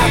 From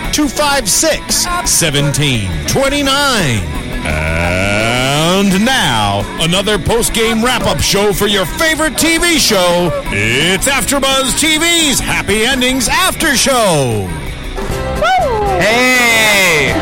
256 1729. And now, another post game wrap up show for your favorite TV show. It's AfterBuzz TV's Happy Endings After Show. Hey!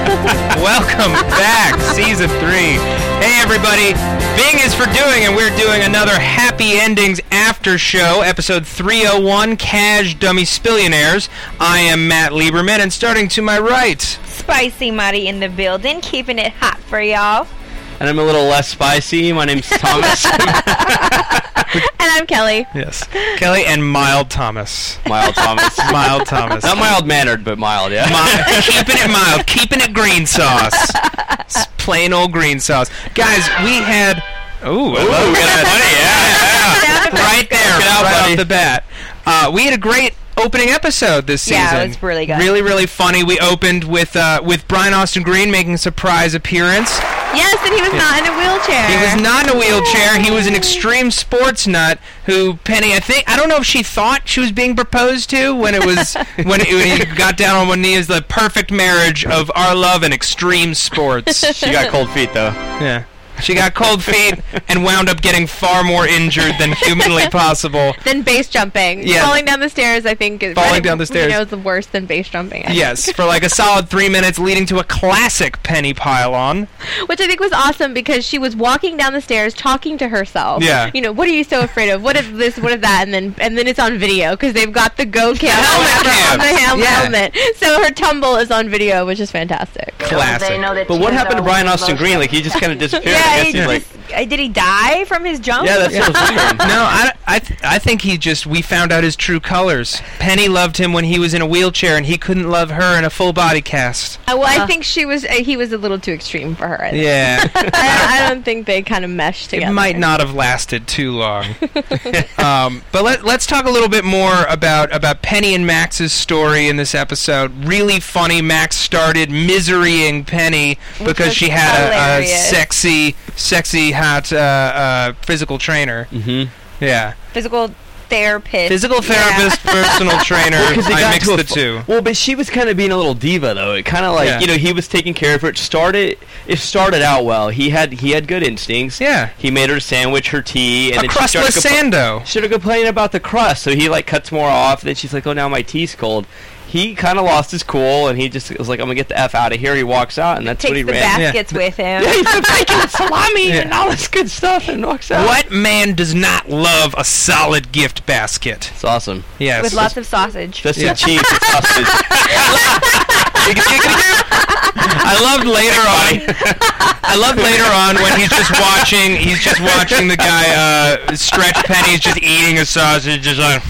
Welcome back, season three. Hey, everybody. Bing is for doing, and we're doing another Happy Endings After Show, episode 301, Cash Dummy Spillionaires. I am Matt Lieberman, and starting to my right, Spicy Marty in the building, keeping it hot for y'all. and I'm a little less spicy. My name's Thomas. And I'm Kelly. yes, Kelly and Mild Thomas. mild Thomas. Mild Thomas. Not mild mannered, but mild, yeah. Mi- keeping it mild, keeping it green sauce. It's plain old green sauce. Guys, we had. Ooh, I love- Ooh, we got that Sound effects. right there, Check it out, right buddy. off the bat. Uh, we had a great opening episode this season. Yeah, it was really good. Really, really funny. We opened with uh, with Brian Austin Green making a surprise appearance. Yes, and he was not in a wheelchair. He was not in a wheelchair. He was an extreme sports nut who Penny, I think, I don't know if she thought she was being proposed to when it was when, it, when he got down on one knee. Is the perfect marriage of our love and extreme sports. She got cold feet, though. yeah. She got cold feet and wound up getting far more injured than humanly possible. than base jumping. Yeah. Falling down the stairs, I think, is Falling right- down the stairs. You know, is the worse than base jumping. Yes, for like a solid three minutes, leading to a classic penny pylon. Which I think was awesome because she was walking down the stairs talking to herself. Yeah. You know, what are you so afraid of? What is this? What is that? And then and then it's on video because they've got the go cam helmet on cam. the helmet, Yeah. helmet. So her tumble is on video, which is fantastic. Classic. But what happened to Brian Austin Green? Like, he just kind of disappeared. Yeah, I he guess he's like, just, uh, did he die from his jump? yeah, that's what I was wondering. No, I, I, th- I think he just we found out his true colors. Penny loved him when he was in a wheelchair, and he couldn't love her in a full body cast. Uh, well, I think she was. Uh, he was a little too extreme for her. I think. Yeah, I, I don't think they kind of meshed together. it might not have lasted too long. um, but let, let's talk a little bit more about about Penny and Max's story in this episode. Really funny. Max started miserying Penny because was she had a, a hilarious. sexy, sexy hot uh, uh, physical trainer. Mm-hmm. Yeah, Physical therapist. physical therapist, personal trainer. I mixed the two. Well, but she was kind of being a little diva, though. It kind of like Yeah. you know he was taking care of her. It started it started out well. He had he had good instincts. Yeah. He made her a sandwich, her tea, and a then she started crustless compl- sando. should have complained about the crust. So he like cuts more off. Then she's like, "Oh, now my tea's cold." He kind of lost his cool, and he just was like, "I'm gonna get the f out of here." He walks out, and that's takes what he the ran. baskets with him. Yeah, he's like making salami Yeah. and all this good stuff, and walks out. What man does not love a solid gift basket? It's awesome. Yes. With lots of sausage. Just Yeah. the cheese and sausage. I loved later on. I loved later on when he's just watching. He's just watching the guy uh, stretch pennies, just eating a sausage, just like.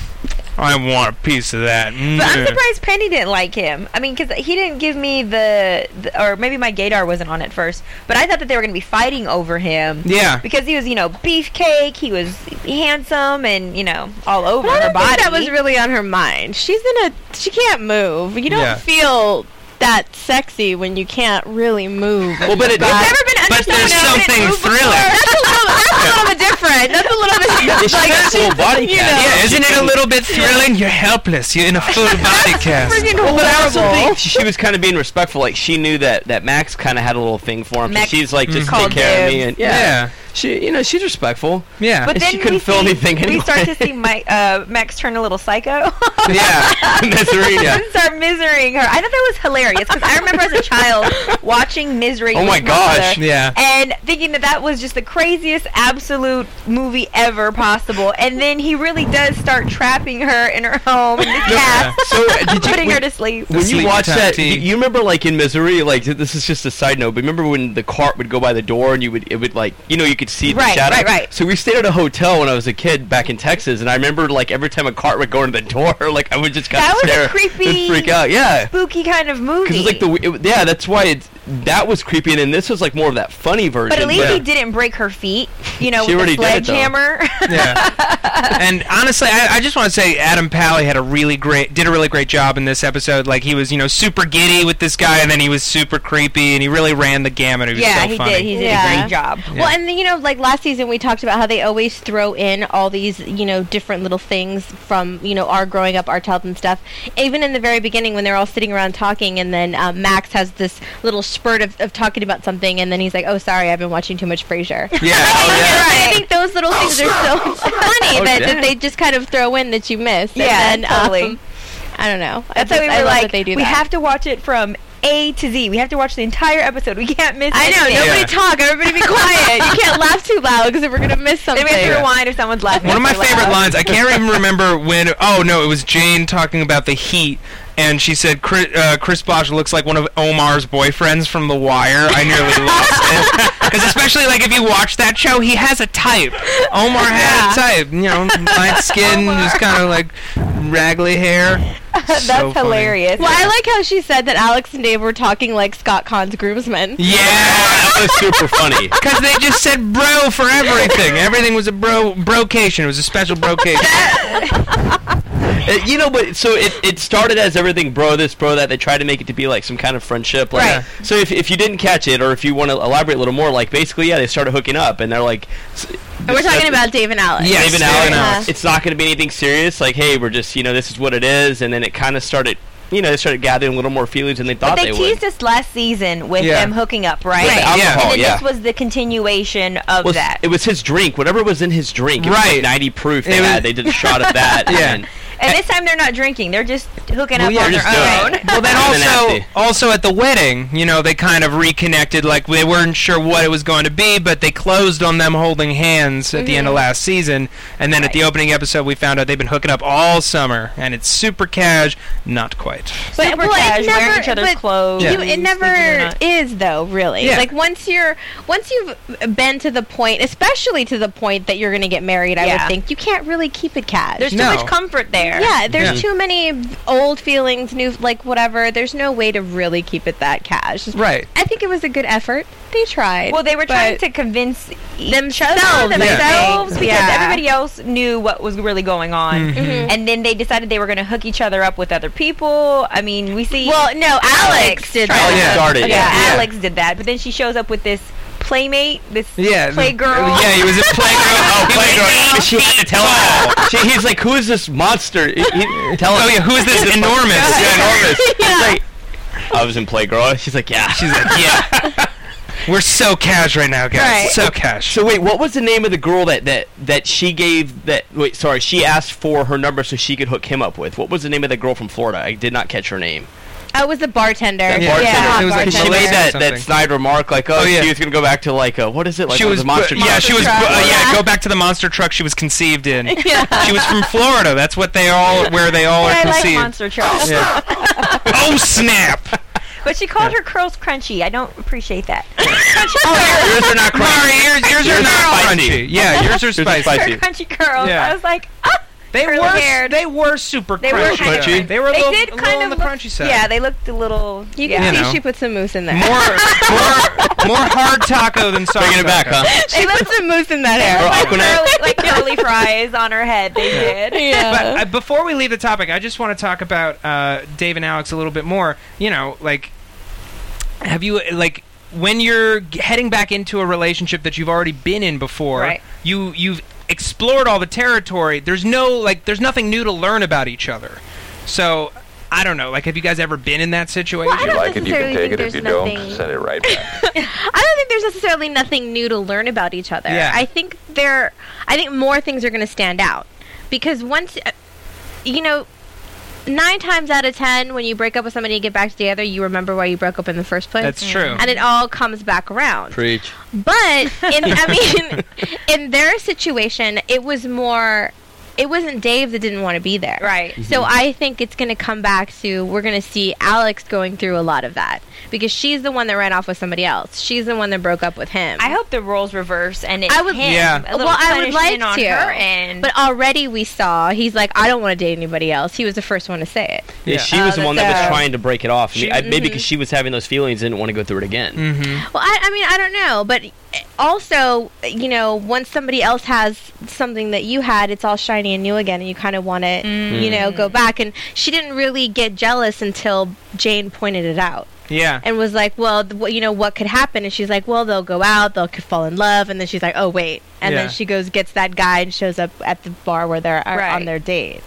I want a piece of that. But I'm Mm. surprised Penny didn't like him. I mean, because he didn't give me the, the, or maybe my gaydar wasn't on at first. But I thought that they were going to be fighting over him. Yeah. Because he was, you know, beefcake. He was handsome, and you know, all over But I her don't body. think that was really on her mind. She's in a she can't move. You don't Yeah. feel that sexy when you can't really move. well, but it, I've never been But understood there's how it something moved before. thrilling. that's a little that's a little bit different. That's a little bit it's like just a little body count. Yeah, isn't it a little bit thrilling? You're helpless. You're in a full body cast. freaking Well, but I also horrible. think she was kind of being respectful. Like she knew that that Max kind of had a little thing for him. so Max she's like, just called take care of me, dibs. and Yeah. She, you know, she's respectful. Yeah. But And then she couldn't we feel see- anything We start to anyway. see my, uh, Max turn a little psycho. yeah, that's Rita. and start misering her. I thought that was hilarious because I remember as a child watching Misery. Oh with my gosh, mother yeah. And thinking that that was just the craziest absolute movie ever possible. And then he really does start trapping her in her home in the cast, So uh, did you, putting when, her to sleep. when you Sleep watch time that, tea. you, you remember like in Missouri, like th- this is just a side note, but remember when the cart would go by the door and you would it would like you know you could see the Right, shadow. right, right. So we stayed at a hotel when I was a kid back in Texas, and I remember like every time a cart would go into the door, like I would just kind That of was a stare creepy- and freak out. Yeah, Spooky kind of movie. because it's like the w- it, yeah that's why it's that was creepy, and then this was like more of that funny version. but at least but- he didn't break her feet, you know, She with a already did it, though. sledgehammer. yeah. And honestly, I, I just want to say Adam Pally had a really great, did a really great job in this episode. Like he was, you know, super giddy with this guy, and then he was super creepy, and he really ran the gamut. It was yeah, so he funny. did. He did Yeah. a great job. Well, and then, you know, like last season we talked about how they always throw in all these, you know, different little things from, you know, our growing up, our childhood and stuff. Even in the very beginning when they're all sitting around talking and then um, Max has this little spurt of, of talking about something and then he's like, oh, sorry, I've been watching too much Frasier. yeah. Oh, yeah. I think those little things are so funny Oh, that, yeah. that they just kind of throw in that you miss. Yeah, and then, um, totally. I don't know. That's why I just- we I were love like, that they do we that. have to watch it from A to Z. We have to watch the entire episode. We can't miss. I know. anything. Nobody Yeah. talk. Everybody be quiet. you can't laugh too loud because we're gonna miss something. Then we have to rewind if someone's laughing. One of my out loud. favorite lines. I can't even remember when. Oh no, it was Jane talking about the heat, and she said Chris, uh, Chris Bosch looks like one of Omar's boyfriends from The Wire. I nearly lost it because especially like if you watch that show, he has a type. Omar had a type. You know, light skin, just kind of like raggly hair. That's So funny. hilarious. Well, I like how she said that Alex and Dave were talking like Scott Kahn's groomsmen. Yeah. that was super funny. Because they just said bro for everything. Everything was a bro brocation. It was a special brocation. Uh, you know, but so it, it started as everything bro this, bro that. They tried to make it to be like some kind of friendship. Like, Right. So if, if you didn't catch it, or if you want to elaborate a little more, like basically, yeah, they started hooking up, and they're like, s- And we're this- talking about Dave and Alex. Yes, Even Dave Alex, and Alex. it's not going to be anything serious. Like, hey, we're just you know this is what it is, and then it kind of started. You know, they started gathering a little more feelings than they but thought they, they, would. teased us last season with Yeah. them hooking up, right? With the yeah. alcohol, And then yeah. this was the continuation of Well, that. It was his drink, whatever was in his drink. It was like Right. 90 proof they It was- had. They did a shot of that. Yeah. and- and this time they're not drinking; they're just hooking up yeah, on they're their just own. doing it. Well, then Other than also, Apple. also at the wedding, you know, they kind of reconnected. Like they weren't sure what it was going to be, but they closed on them holding hands at the Mm-hmm. end of last season. And then at the opening episode, we found out they've been hooking up all summer, and it's super cash. Not quite. But- Super well, it cash, wearing never- each other's but clothes. You, it never is though, really. Yeah. Like once you're once you've been to the point, especially to the point that you're going to get married, I Yeah. would think you can't really keep it cash. There's No. too much comfort there. yeah, there's Yeah. too many old feelings, new like whatever. There's no way to really keep it that cash. Right. I think it was a good effort. They tried. Well, they were trying but- to convince each Themselves, other, I think. themselves because Yeah. Mm-hmm. everybody else knew what was really going on, and then they decided they were going to hook each other up with other people. I mean, we see. Well, no, Alex, did tried Alex that. Oh, Oh, yeah. started. yeah, yeah. Alex did that, but then she shows up with this playmate, this Yeah. playgirl. Yeah, he was a playgirl. Oh, Playgirl. She had to tell him all. She, he's like, who is this monster? He, he- tell him. Oh yeah, who is this enormous? Yeah, enormous. He's Yeah. like, I was in Playgirl. She's like, yeah. She's like, yeah. We're so cash right now, guys. Right. So cash. so wait, what was the name of the girl that, that, that she gave that? Wait, sorry, she asked for her number so she could hook him up with. What was the name of the girl from Florida? I did not catch her name. I was the bartender. That Yeah. bartender. It was like Because she Melissa made or that, something. that snide remark like, oh, Oh, yeah. she was gonna go back to like, uh, what is it? Like she uh, was the monster. bu- yeah, truck. she was truck. bu- uh, yeah. Yeah. Go back to the monster truck she was conceived in. She was from Florida. That's what they all where they all But are I like conceived. monster trucks. oh snap! But she called her curls crunchy. I don't appreciate that. Oh, Yours are not Mari, crunchy. yours, yours are Yours are not spicy. crunchy. Yeah, yours are are spicy. spicy. I her see. crunchy curls. Yeah. I was like, ah. They Curly haired. They were super They were kind of They were a they little, did a kind little of on the look- crunchy side. Yeah, they looked a little. You yeah. can You see know. she put some moose in there. more, more, more hard taco than soft. Bringing it back, taco. huh? she put some moose in that Or hair. Aquanet. curly, like curly fries on her head. They did. But Yeah. uh, before we leave the topic, I just want to talk about uh, Dave and Alex a little bit more. You know, like, have you like when you're g- heading back into a relationship that you've already been in before? Right. You you've explored all the territory. There's no like, there's nothing new to learn about each other. So I don't know. Like, have you guys ever been in that situation? I If you don't like it, you can necessarily take it. think If you there's don't, nothing- send it right back. I don't think there's necessarily nothing new to learn about each other. Yeah. I think there, I think more things are going to stand out because once, uh, you know, nine times out of ten, when you break up with somebody and get back together, you remember why you broke up in the first place. That's true. and it all comes back around. Preach. But in, I mean, in their situation, it was more. It wasn't Dave that didn't want to be there. Right. So I think it's going to come back to we're going to see Alex going through a lot of that because she's the one that ran off with somebody else. She's the one that broke up with him. I hope the roles reverse and it's I would- him. Yeah. A little Well, I would punishment like on to, her end. but already we saw he's like I don't want to date anybody else. He was the first one to say it. Yeah, Yeah. she was the Oh, one that's that was a- trying to break it off. She- I- maybe because she was having those feelings, and didn't want to go through it again. Mm. Mm-hmm. Well, I, I mean, I don't know, but eh, also, you know, once somebody else has something that you had, it's all shiny and new again, and you kind of want to, you know, go back. And she didn't really get jealous until Jane pointed it out Yeah. and was like, "Well, th- what- you know, what could happen?" And she's like, "Well, they'll go out, they'll c- fall in love," and then she's like, "Oh, wait," and Yeah. then she goes gets that guy and shows up at the bar where they're are Right. on their date.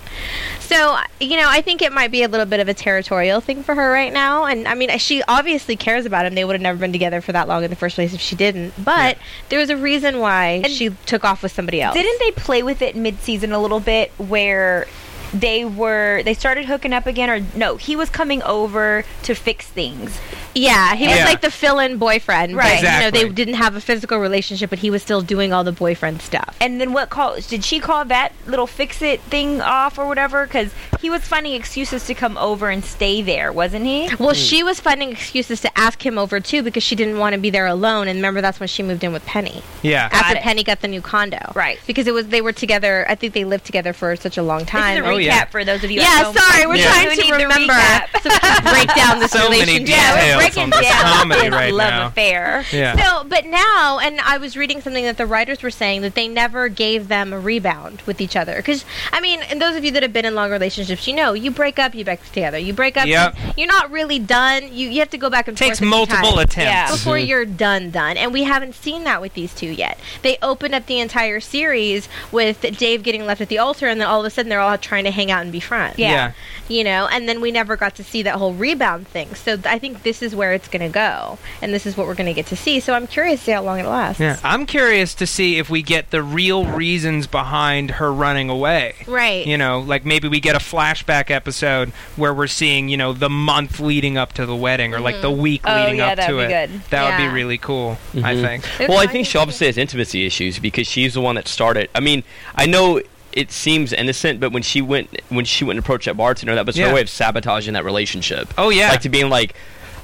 So you know, I think it might be a little bit of a territorial thing for her right now, and I mean, she obviously cares about him. They would have never been together for that long in the first place if she didn't. But there was a reason why she took off with somebody else. Didn't they play with it mid-season a little bit where they were they started hooking up again or no, he was coming over to fix things. Yeah, he was Yeah. like the fill-in boyfriend. Right. Right. You know, Exactly. they didn't have a physical relationship, but he was still doing all the boyfriend stuff. And then what call did she call that little fix it thing off or whatever cuz he was finding excuses to come over and stay there, wasn't he? Hmm. Well, she was finding excuses to ask him over too because she didn't want to be there alone. And remember, that's when she moved in with Penny Yeah. after it. Penny got the new condo, Right. Because it was they were together. I think they lived together for such a long This is a time. recap Oh, yeah. for those of you at yeah, home. sorry, we're Yeah. trying We need to the remember recap. so we can break down this So many relationship. details. Yeah, we're Tales breaking on this down comedy this right love now. affair. yeah. So, but now, and I was reading something that the writers were saying that they never gave them a rebound with each other. Because, I mean, and those of you that have been in long relationships, you know, you break up, you back together. You break up, Yep. you're not really done. You, you have to go back and Takes forth a few multiple times attempts. Mm-hmm. before you're done done and we haven't seen that with these two yet they opened up the entire series with dave getting left at the altar and then all of a sudden they're all trying to hang out and be friends Yeah. you know and then we never got to see that whole rebound thing so th- i think this is where it's going to go and this is what we're going to get to see so i'm curious to see how long it lasts Yeah. I'm curious to see if we get the real reasons behind her running away. right You know, like maybe we get a flashback episode where we're seeing, you know, the month leading up to the wedding or like the week Oh, leading yeah, up that'd to be it. good. That would Yeah. be really cool, I Mm-hmm. think. They're well, I trying think to she obviously has intimacy issues because she's the one that started. I mean, I know it seems innocent, but when she went when she went and approached that bartender, that was Yeah. her way of sabotaging that relationship. Oh, yeah. like to being like.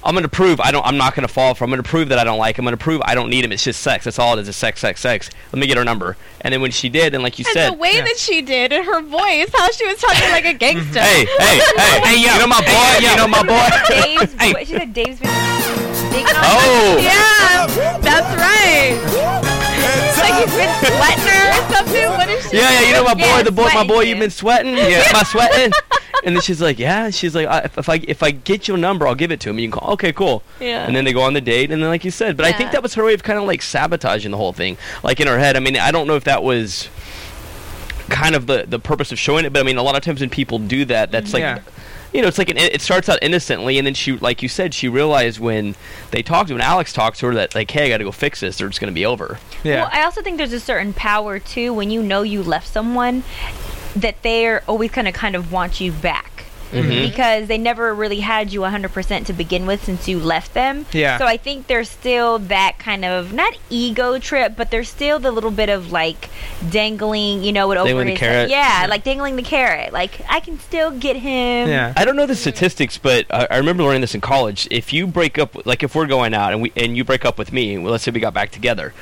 I'm gonna prove I don't. I'm not gonna fall for. I'm gonna prove that I don't like. him. I'm gonna prove I don't need him. It's just sex. That's all it is. It's sex, sex, sex. Let me get her number. And then when she did, and like you and said, Mm-hmm. the way Yeah. that she did and her voice how she was talking like a gangster hey, hey, hey, hey, you know my boy. You know my boy. Dave's Hey. she said Dave's been digging on Oh, yeah that's right like he's been sweating her or something what is she Yeah, yeah, you know my boy, Yeah, the boy, my boy. sweating. You've been sweating. Yeah, am I sweating? And then she's like, yeah. She's like, I, if I if I get your number, I'll give it to him. And you can call. Okay, cool. Yeah. And then they go on the date, and then like you said, but I think Yeah. that was her way of kind of like sabotaging the whole thing, like in her head. I mean, I don't know if that was kind of the the purpose of showing it, but I mean, a lot of times when people do that, that's like. Yeah. You know, it's like an, it starts out innocently, and then she, like you said, she realized when they talked, when Alex talked to her, that like, hey, I got to go fix this, or it's going to be over. Yeah. Well, I also think there's a certain power too when you know you left someone that they're always going to kind of want you back. Mm-hmm. Because they never really had you 100% to begin with since you left them. Yeah. So I think there's still that kind of, not ego trip, but there's still the little bit of like dangling, you know, it over Dangling the his carrot. Yeah, like dangling the carrot. Like, I can still get him. yeah. I don't know the statistics, but I, I remember learning this in college. If you break up, like if we're going out and we and you break up with me, well, let's say we got back together,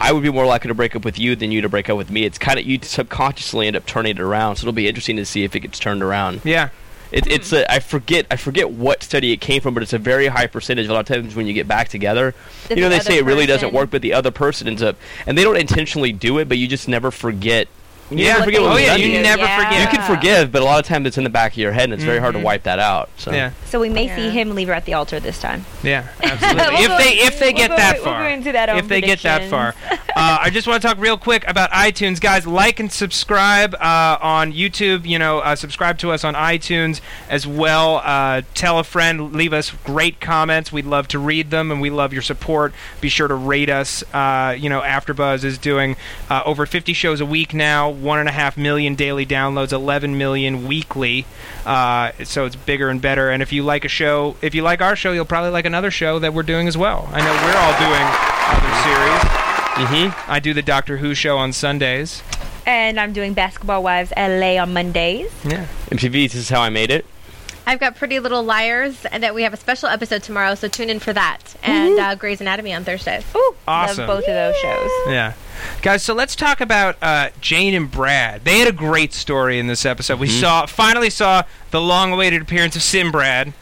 I would be more likely to break up with you than you to break up with me. It's kind of you subconsciously end up turning it around, so it'll be interesting to see if it gets turned around. Yeah. It, it's a, I forget I forget what study it came from, but it's a very high percentage. A lot of times when you get back together, That you know the they other say it really doesn't person- work, but the other person ends up, and they don't intentionally do it, but you just never forget. You never Yeah. forget what Oh, was yeah, done to you you. never Yeah. forget. You can forgive, but a lot of times it's in the back of your head, and it's very hard to wipe that out. So. Yeah. So we may see Yeah. him leave her at the altar this time. Yeah, absolutely. We'll if go- they if they we'll get go- that we'll far, go into that on if they get that far, predictions. Uh, I just want to talk real quick about iTunes, guys. Like and subscribe uh, on YouTube. You know, uh, subscribe to us on iTunes as well. Uh, tell a friend. Leave us great comments. We'd love to read them, and we love your support. Be sure to rate us. Uh, you know, AfterBuzz is doing uh, over 50 shows a week now, one and a half million daily downloads, 11 million weekly. Uh, so it's bigger and better. And if you like a show, if you like our show, you'll probably like another show that we're doing as well. I know we're all doing other series. Mm-hmm. I do the Doctor Who show on Sundays. And I'm doing Basketball Wives LA on Mondays. Yeah. MTV, this is how I made it. I've got Pretty Little Liars, and that we have a special episode tomorrow, so tune in for that. And uh, Grey's Anatomy on Thursdays. Ooh, Awesome. love both of those shows. Yeah. Guys, so let's talk about uh, Jane and Brad. They had a great story in this episode. We saw finally saw the long-awaited appearance of Simbrad,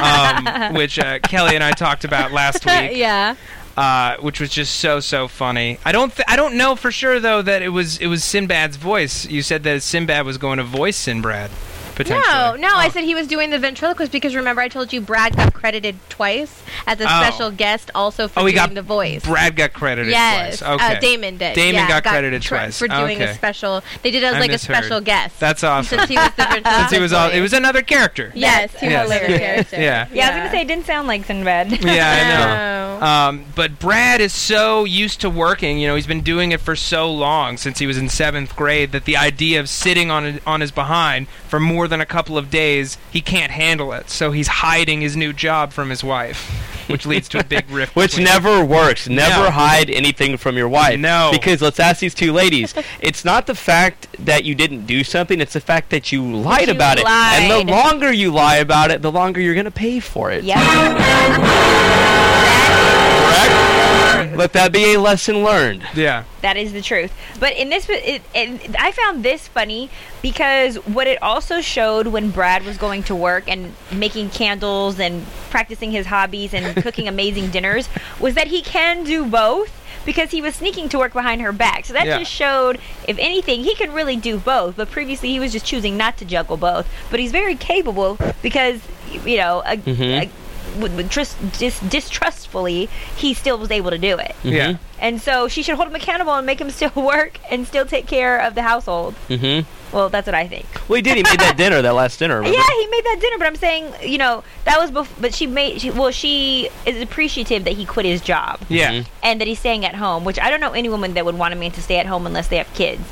um, which uh, Kelly and I talked about last week, yeah. uh, which was just so so funny. I don't th- I don't know for sure though that it was it was Sinbad's voice. You said that Sinbad was going to voice Sinbrad potentially. No, no, Oh. I said he was doing the ventriloquist because remember I told you Brad got credited twice as a Oh. special guest, also for Oh, he doing got the voice. Brad got credited yes, twice. Okay. uh, Damon did. Damon yeah, got credited tr- twice. for doing Okay. a special. They did it as I like a misheard. special guest. That's awesome. since he was the ventriloquist. Since he was all, it was another character. yes, he Yes. was another character. Yeah. Yeah, I was gonna say it didn't sound like Sinbad. Yeah, I know. No. Um, but Brad is so used to working. You know, he's been doing it for so long since he was in seventh grade that the idea of sitting on on his behind for more than a couple of days, he can't handle it. So he's hiding his new job from his wife, which leads to a big rift. Which between- never works. Never No. hide anything from your wife. No. Because let's ask these two ladies. it's not the fact that you didn't do something, it's the fact that you lied You about it. And lied. the longer you lie about it, the longer you're going to pay for it. yeah. Let that be a lesson learned. Yeah. That is the truth. But in this, it, it, I found this funny because what it also showed when Brad was going to work and making candles and practicing his hobbies and cooking amazing dinners was that he can do both because he was sneaking to work behind her back. So that Yeah. just showed, if anything, he could really do both. But previously, he was just choosing not to juggle both. But he's very capable because, you know, a, a- with- with trust, dis, distrustfully, he still was able to do it. Yeah. Mm-hmm. And so she should hold him accountable and make him still work and still take care of the household. Mm-hmm. Well, that's what I think. Well, he did. He made that dinner, that last dinner. remember? Yeah, he made that dinner, but I'm saying, you know, that was before. But she made, she, well, she is appreciative that he quit his job Yeah. and that he's staying at home, which I don't know any woman that would want a man to stay at home unless they have kids.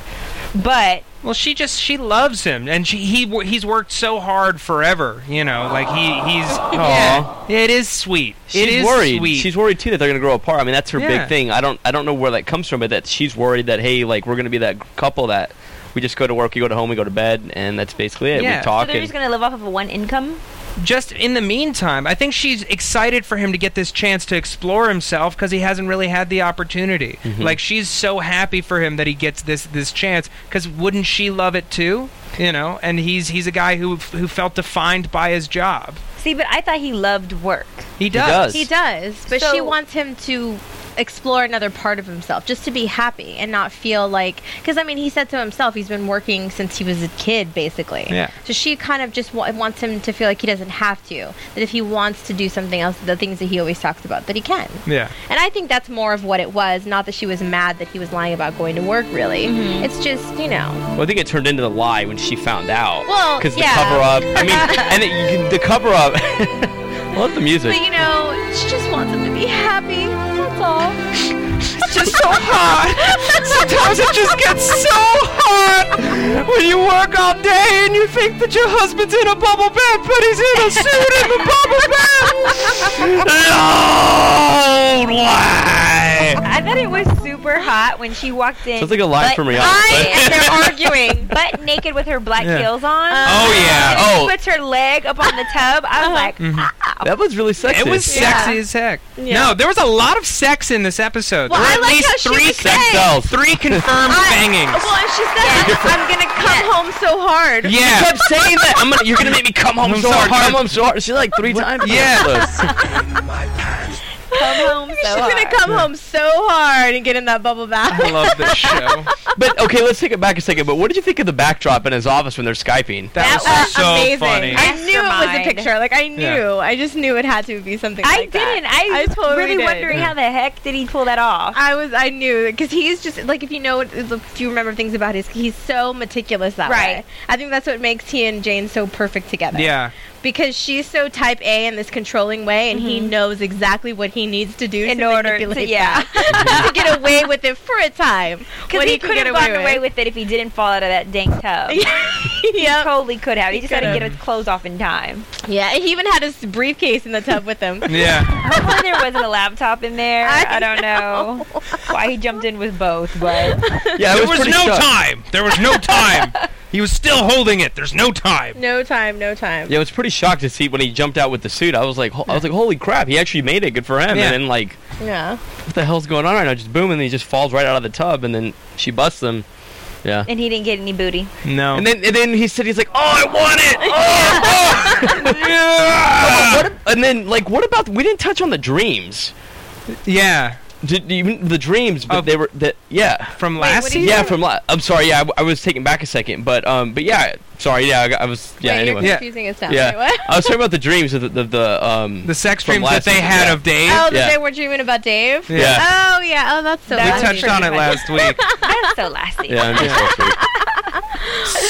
But Well, she just she loves him, and she he wo- he's worked so hard forever. You know, like he he's yeah. It is sweet. She's it is worried. sweet. She's worried too that they're gonna grow apart. I mean, that's her Yeah. big thing. I don't, I don't know where that comes from, but that she's worried that hey, like we're gonna be that couple that we just go to work, we go to home, we go to bed, and that's basically it. Yeah. We so talk. they're just and, going to live off of one income. just in the meantime, I think she's excited for him to get this chance to explore himself because he hasn't really had the opportunity. Like she's so happy for him that he gets this this chance because wouldn't she love it too? You know, and he's he's a guy who who felt defined by his job. See, but I thought he loved work. He does. does. He does, but she So- wants him to explore another part of himself, just to be happy and not feel like. Because I mean, he said to himself, he's been working since he was a kid, basically. Yeah. So she kind of just wa- wants him to feel like he doesn't have to. That if he wants to do something else, the things that he always talks about, that he can. Yeah. And I think that's more of what it was. Not that she was mad that he was lying about going to work. Really, Mm-hmm. it's just you know. Well, I think it turned into the lie when she found out. Well, because yeah. the cover up. I mean, and it, you can- the cover up. I love the music. But you know, she just wants him to be happy. That's all. It's just so hard. Sometimes it just gets so hard when you work all day and you think that your husband's in a bubble bath, but he's in a suit in the bubble bath. Lord, why? I thought it was super hot when she walked in. Sounds like a lie but- from Rihanna. I but- and they're arguing. Butt naked with her black Yeah. heels on. oh yeah. She Oh, Mm-hmm. puts her leg up on the tub. I Uh-huh. was like, that was really sexy. It was sexy as heck. No, there was a lot of sex in this episode. Well, there were I at like least how she three was sex saying- cells, three confirmed bangings. Well, and she said, I'm going to come home so hard. You Yeah. kept saying that. I'm gonna, you're gonna make me come home I'm so sorry. hard. Come home so hard. She like three times. Yeah. Yes. come home so She's gonna hard. come home so hard and get in that bubble bath. I love this show. But okay, let's take it back a second. But what did you think of the backdrop in his office when they're skyping? That was was so amazing. funny. Uh, I knew it was a Mastermind. picture. Like I knew. Yeah. I just knew it had to be something. I like that. didn't. I, I was totally really did. wondering how the heck did he pull that off. I was. I knew because he's just like if you know if you remember things about his, he's so meticulous that Right. way. I think that's what makes he and Jane so perfect together. Yeah. because she's so type A in this controlling way, and he knows exactly what he needs to do Mm-hmm. In to order to- manipulate yeah. that. to get away with it for a time. Because What he can could get have gotten away with it if he didn't fall out of that dang tub. He yep. totally could have. He, He just had to could've. get his clothes off in time. Yeah, he even had his briefcase in the tub with him. Yeah. Hopefully there wasn't a laptop in there. I I, don't know. why he jumped in with both, but Yeah, there was, pretty no stuck. time. There was no time. he was still holding it. There's no time. No time, no time. Yeah, I was pretty shocked to see when he jumped out with the suit. I was like, ho- I was like, holy crap, he actually made it. Good for him. Yeah. And then like, Yeah. what the hell's going on right now? Just boom, and then he just falls right out of the tub, and then she busts him. Yeah. and he didn't get any booty. No. And then and then he said he's like, oh, I want it. Oh, oh. Yeah. What ab- and then like, what about we didn't touch on the dreams? yeah. Did, even the dreams, but Of- they were that yeah. From last what did season. Yeah, from la- I'm sorry. Yeah, I, w- I was taken back a second, but um, but yeah, sorry. Yeah, I, got- I was. Yeah, Wait, anyway. You're Yeah. Uh, confusing us now. Yeah, Wait, what? I was talking about the dreams of the the, the um The sex from dreams last that they season, had yeah. of Dave. Oh, that Yeah. they were dreaming about Dave. Yeah. Oh yeah. Oh, that's so. That we funny. was touched on it pretty last week. That's so lasty. Yeah, I'm just so sweet.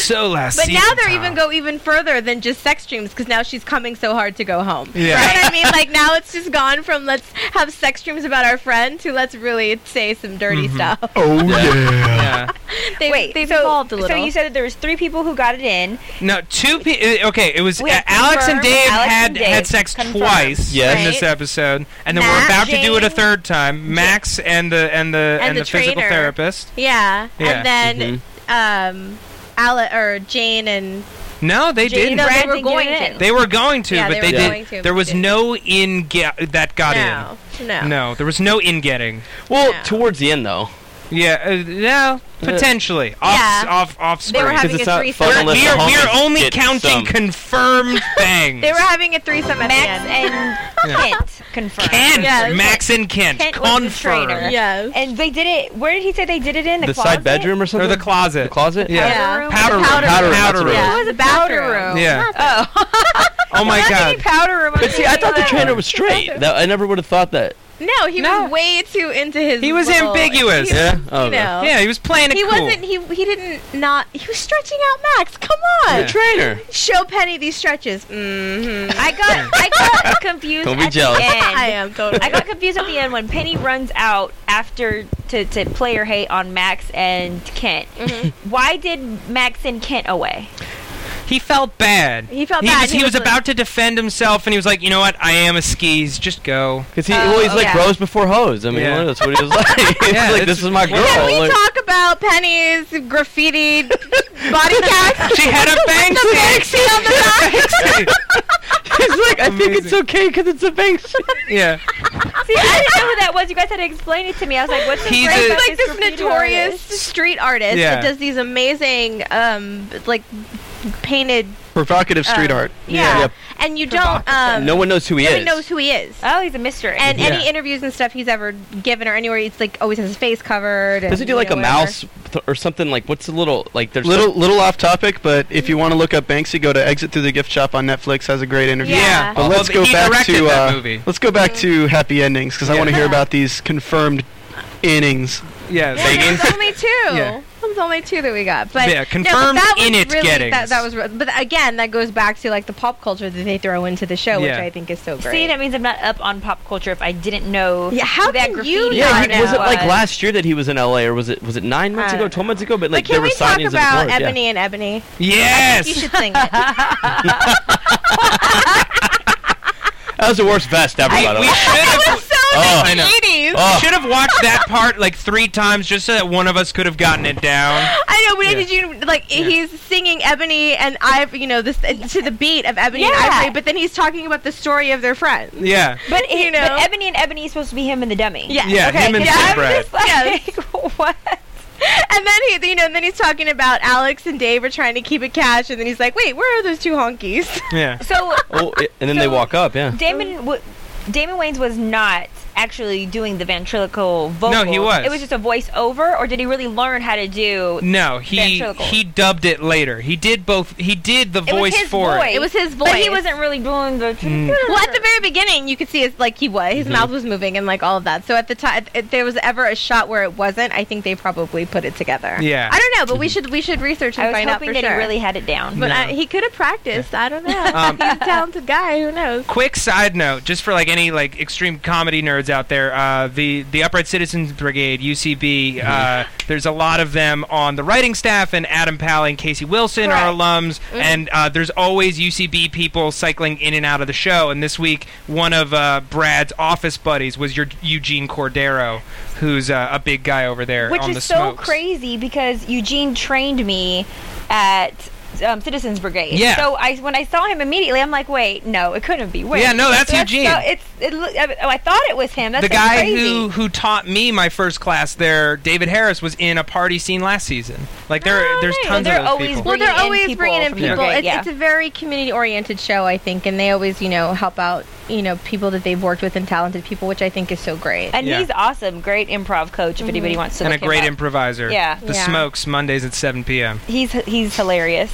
so last But season. now they're Tom. even go even further than just sex dreams because now she's coming so hard to go home. Yeah. Right? I mean, like now it's just gone from let's have sex dreams about our friend to let's really say some dirty Mm-hmm. stuff. Oh, Yeah. They, Wait, they've so, evolved a little. so you said that there was three people who got it in. No, two people. Okay, it was We uh, have Alex and confirmed Dave Alex had and Dave. had sex Confirmed. twice Yes. in this Right. episode, and then we're Matt, about to do it a Jane. third time. Max and the and the and, the physical trainer. therapist. yeah. Yeah. Mm-hmm. and then um, Ale- or Jane and No, they Jane didn't. no, they Brad were didn't get going it to. in. They were going to, Yeah, but they, they were did. going to, there but was they didn't. no in get that got no, no, in. No, there was no in getting. Well, Yeah. towards the end though, Yeah, uh, no, potentially off Yeah. off off They screen. were having it's a not threesome. fun We're- unless we the are, we are homies only get counting some. confirmed bangs. They were having a threesome at Max the end. and Yeah. Kent confirmed. Kent, Yeah, it was Max and Kent, Kent was the trainer. confirmed. Yes. And they did it. Where did he say they did it in the, the closet? side bedroom or Or something. the closet. The closet. Yeah. Powder room? Powder room. Powder Powder room. Powder room. Yeah. What was The the powder powder room? Yeah. Oh, Oh my Not god. any powder room. But see, I thought the trainer was straight. That, I never would have thought that. No, he No. was way too into his. He was little- ambiguous. he- Yeah? Oh, you okay. know. Yeah, he was playing it He cool. wasn't. He he didn't not. He was stretching out Max. Come on. Yeah. Trainer. Show Penny these stretches. Mm-hmm. I got I got confused Don't be at jealous. the end. I am totally. I got confused at the end when Penny runs out after to, to player hate on Max and Kent. Mm-hmm. Why did Max and Kent away? He felt bad. He felt he bad. Was, he, He was, was like- about to defend himself, and he was like, "You know what? I am a skis. Just go." Cause he, Oh, well, he's like yeah. rose before hose. I mean, Yeah. that's what he was like. He's Yeah, like it's- this is my girl. Can we Like, talk about Penny's graffitied body cast? She had a bang the Banksy on the back. he's like, I think it's Amazing. okay because it's a bank. yeah. See, I didn't know who that was. You guys had to explain it to me. I was like, what's the He's great a- about like this graffiti notorious artist? street artist Yeah. that does these amazing, um, like painted. Provocative street Uh, um, art. Yeah. Yeah. And you don't. Um, No one knows who he nobody is. knows who he is. Oh, he's a mystery. And any Yeah. interviews and stuff he's ever given or anywhere, it's like always has his face covered. Does he and, do you like know, a whatever. mouse th- or something? Like what's the little like there's Little some- little off topic, but if you want to look up Banksy, go to Exit Through the Gift Shop on Netflix. Has a great interview. Yeah. Yeah. But Although let's go he back directed to that uh, movie. let's go back to happy endings because I Yeah. want to hear about these confirmed innings. Yes. Yeah, there was only two. Yeah. There was only two that we got. But Yeah, no, but confirmed that was in it really, gettings. That, that was, re- but again, that goes back to like the pop culture that they throw into the show, Yeah. which I think is so great. See, that means I'm not up on pop culture if I didn't know Yeah, how who that can graffiti you Yeah, not artist he, was it like was. last year that he was in LA, or was it was it nine months I ago, don't twelve months ago? But but like can there we were talk signings about of course, Ebony and Ebony? You Yes. should sing it. Yeah. That was the worst vest ever. We, by the we way. should have. so Oh. I know. eighties. Oh. Should have watched that part like three times just so that one of us could have gotten it down. I know, but Yeah. did you like? He's singing Ebony and Ivory, you know, this to the beat of Ebony Yeah. and Ivory, but then he's talking about the story of their friend. Yeah. But, You he, know? but Ebony and Ebony is supposed to be him and the dummy. Yeah. Yeah. Okay, Him and yeah, Tim I'm Brad. just like, what? And then he, you know, and then he's talking about Alex and Dave are trying to keep it cash, and then he's like, "Wait, where are those two honkies?" Yeah. So Oh, i- and then they So- walk up. Yeah. Damon, w- Damon Wayans was not actually doing the ventriloquial vocal. he was. It was just a voiceover, or did he really learn how to do? No, he Ventriloquial. he dubbed it later. He did both. He did the It was voice his for voice. it. It was his But he voice. wasn't really doing the. Mm. Well, at the very beginning, you could see his like he was Mm-hmm. his mouth was moving and like all of that. So at the time, if there was ever a shot where it wasn't, I think they probably put it together. Yeah. I don't know, but we should we should research and I was find out for hoping that sure. he really uh, had it down. but No. I, he could have practiced. I don't know. Um, He's a talented guy. Who knows? Quick side note, just for like any like extreme comedy nerds out there, uh, the the Upright Citizens Brigade (UCB), Mm-hmm. uh, there's a lot of them on the writing staff, and Adam Pally and Casey Wilson are Correct. alums, Mm-hmm. and uh, there's always UCB people cycling in and out of the show. And this week, one of uh, Brad's office buddies was your Eugene Cordero, who's uh, a big guy over there which on is the so smokes. crazy because Eugene trained me at um, Citizens Brigade. Yeah. So I when I saw him immediately, I'm like, wait, no, it couldn't be. Wait. Yeah, no, that's Eugene. So it's it, look- I, oh, I thought it was him. That's the guy crazy. who who taught me my first class there, David Harris, was in a party scene last season. Like there, Oh, there's nice. tons Well, of they're those always people. bringing well, in they're always people bringing in from the people. Ukraine, It's, yeah. it's a very community-oriented show, I think, and they always, you know, help out, you know, people that they've worked with and talented people, which I think is so great. And Yeah. he's awesome. Great improv coach. Mm-hmm. If anybody wants to. and a look him great up. improviser. Yeah. The Yeah. Smokes Mondays at 7 p.m. He's he's hilarious.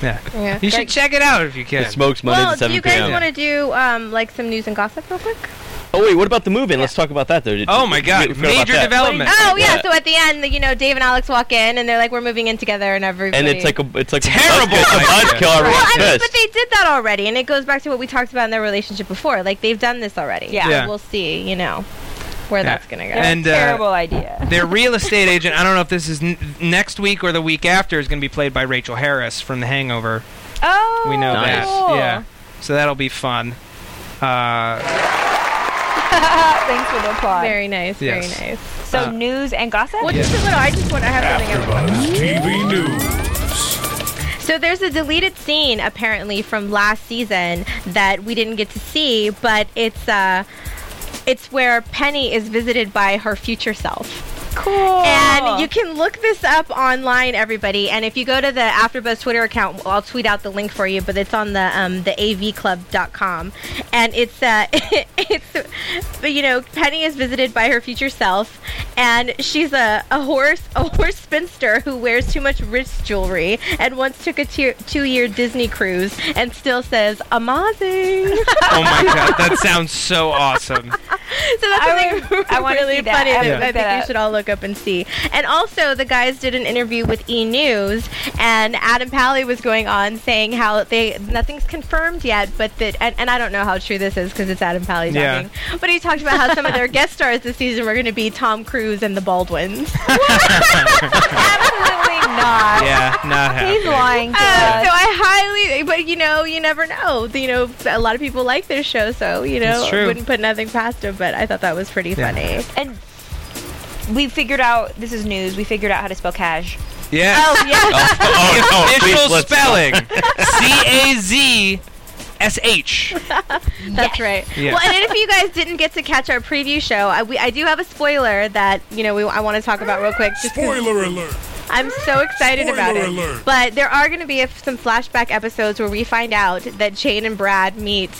Yeah. Yeah. You should check it out if you can. It smokes Mondays well, at do 7 you guys p.m. want to do um, like some news and gossip real quick? oh wait, what about the movie? Let's talk about that. Though. Did- Oh my we- we God! forgot about Major that. development. Oh yeah. Yeah. So at the end, you know, Dave and Alex walk in, and they're like, "We're moving in together," and everybody. And it's like a it's like Terrible A buzz, it's a idea. buzzkill. Well, Everyone's I mean, but pissed. they did that already, and it goes back to what we talked about in their relationship before. Like they've done this already. Yeah. Yeah. We'll see. You know, where that's gonna go. Yeah. And, uh, terrible idea. Their real estate agent. I don't know if this is n- next week or the week after. Is going to be played by Rachel Harris from The Hangover. Oh, We know Nice. that. Cool. Yeah. So that'll be fun. Uh, Ah, Thanks for the applause. Very nice. Yes. Very nice. so Uh, news and gossip. Well, just a little. I just want to have something. I AfterBuzz TV News. So there's a deleted scene apparently from last season that we didn't get to see, but it's uh it's where Penny is visited by her future self. cool. And you can look this up online, everybody. And if you go to the AfterBuzz Twitter account, I'll tweet out the link for you. But it's on the um, the AVClub.com, and it's uh, it's but you know Penny is visited by her future self, and she's a, a horse a horse spinster who wears too much wrist jewelry and once took a two year Disney cruise and still says amazing. oh my God! That sounds so awesome. So that's I something would- I wanna really see that. funny I that, would I look think that you up. should all look up and see. And also, the guys did an interview with E News, and Adam Pally was going on saying how they nothing's confirmed yet, but that and, and I don't know how true this is because it's Adam Pally Yeah. talking. But he talked about how some of their guest stars this season were going to be Tom Cruise and the Baldwins. absolutely not. Yeah. Oh, Not He's happening. lying to Uh, us. so I highly, but you know, you never know. You know, a lot of people like this show, so you know, It's true. wouldn't put nothing past him. But I thought that was pretty Yeah. funny. And we figured out this is news. We figured out how to spell cash. Yeah. Oh yeah. Oh, oh, official please, let's- spelling C A Z S H. That's right. Yeah. Well, and then if you guys didn't get to catch our preview show, I, we, I do have a spoiler that you know we, I want to talk about real quick. Just 'cause Spoiler alert. I'm so excited Spoiler about it. alert. But there are going to be a, some flashback episodes where we find out that Jane and Brad meet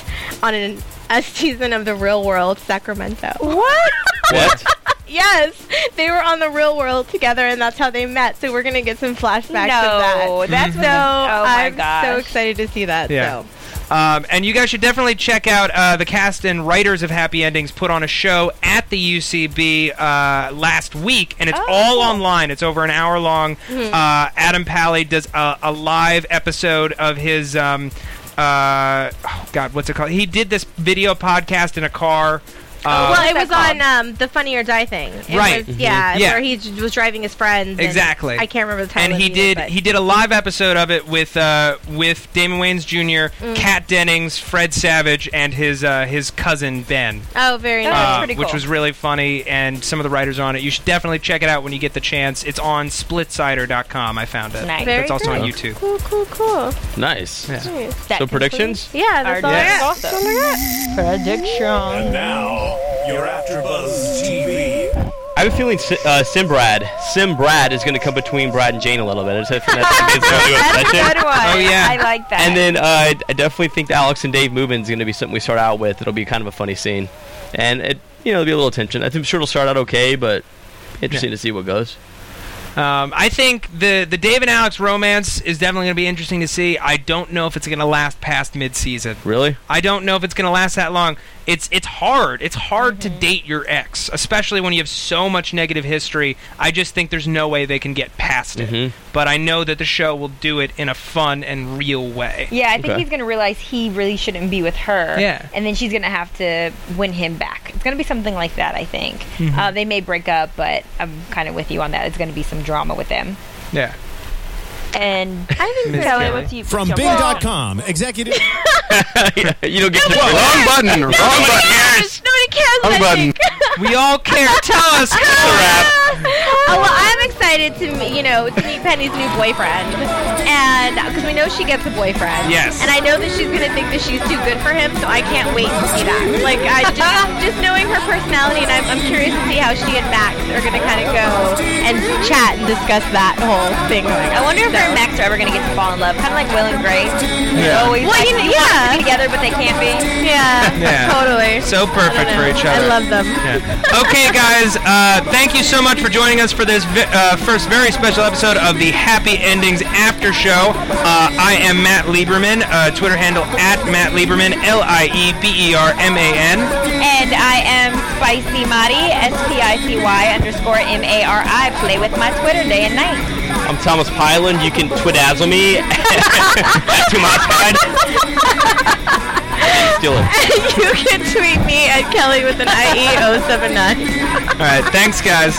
on an, a season of The Real World Sacramento. What? What? yes, they were on The Real World together, and that's how they met. So we're going to get some flashbacks of that. no, that's So so. Oh my I'm so gosh. excited to see that. Yeah. So. Um, and you guys should definitely check out uh, the cast and writers of Happy Endings put on a show at the UCB uh, last week, and it's Oh, all cool. Mm-hmm. online. It's over an hour long. Uh, Adam Pally does a, a live episode of his. Um, uh, oh God, what's it called? He did this video podcast in a car. Uh, well, What's it that was called? on um, the Funny or Die thing, It Right. mhm, Was, yeah, Yeah. where he j- was driving his friends. and Exactly. I can't remember the title. and of he it, did but- he did a live episode of it with uh, with Damon Wayans Jr., Mm. Kat Dennings, Fred Savage, and his uh, his cousin Ben, oh, very Oh, nice. that's uh, pretty which cool. was really funny. And some of the writers are on it. You should definitely check it out when you get the chance. It's on splitsider.com. I found it. Nice. Very That's also on good. YouTube. Cool, cool, cool. Nice. Yeah. That Nice. So concludes predictions? Yeah, Our that's all I news got. gossip. Prediction. And now, your AfterBuzz TV. I have a feeling Si- uh, Simbrad, Simbrad is going to come between Brad and Jane a little bit. I just have a feeling that's gonna be something to That's a mention. good one. Oh, yeah. I like that. And then uh, I I definitely think the Alex and Dave movement is going to be something we start out with. It'll be kind of a funny scene, and it you know, there'll be a little tension. I think I'm sure it'll start out okay, but interesting to see what goes. Um, I think the the Dave and Alex romance is definitely going to be interesting to see. I don't know if it's going to last past midseason. Really? I don't know if it's going to last that long. It's it's hard. It's hard Mm-hmm. to date your ex, especially when you have so much negative history. I just think there's no way they can get past it. Mhm. But I know that the show will do it in a fun and real way. Yeah, I think Okay. he's gonna realize he really shouldn't be with her. Yeah. and then she's gonna have to win him back. It's gonna be something like that, I think. Uh, they may break up, but I'm kind of with you on that. It's gonna be some drama with them. Yeah. And I think Miss Kelly, Kelly. what's you From jump on? Bing.com, executive. you don't get to Wrong button. Wrong button. Yes, nobody cares. Wrong I button. think. We all care. Tell us. Oh, well, I'm excited to m- you know to meet Penny's new boyfriend, and because we know she gets a boyfriend. Yes. And I know that she's gonna think that she's too good for him, so I can't wait to see that. Like I just, just knowing her personality, and I'm, I'm curious to see how she and Max are gonna kind of go and chat and discuss that whole thing going. I On. wonder if her and Max are ever gonna get to fall in love, kind of like Will and Grace. Yeah. Always Well, like, you know- they want to yeah. be together, but they can't be. Yeah. Yeah. Totally. So perfect for each I other. love them. okay, guys. Uh, thank you so much for joining us for this vi- uh, first very special episode of the Happy Endings After Show. Uh, I am Matt Lieberman. Uh, Twitter handle at Matt Lieberman. L I E B E R M A N. And I am Spicy Mari, S P I C Y underscore M A R I. Play with my Twitter day and night. I'm Thomas Pyland. You can twidazzle me to my side. Steal it. you can tweet me at Kelly with an E IE079. All right. uh, Thanks, guys.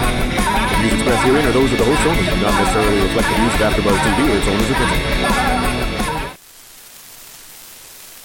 views expressed herein are those of the host only and do not necessarily reflect the views of AfterBuzz TV or its owners or principals.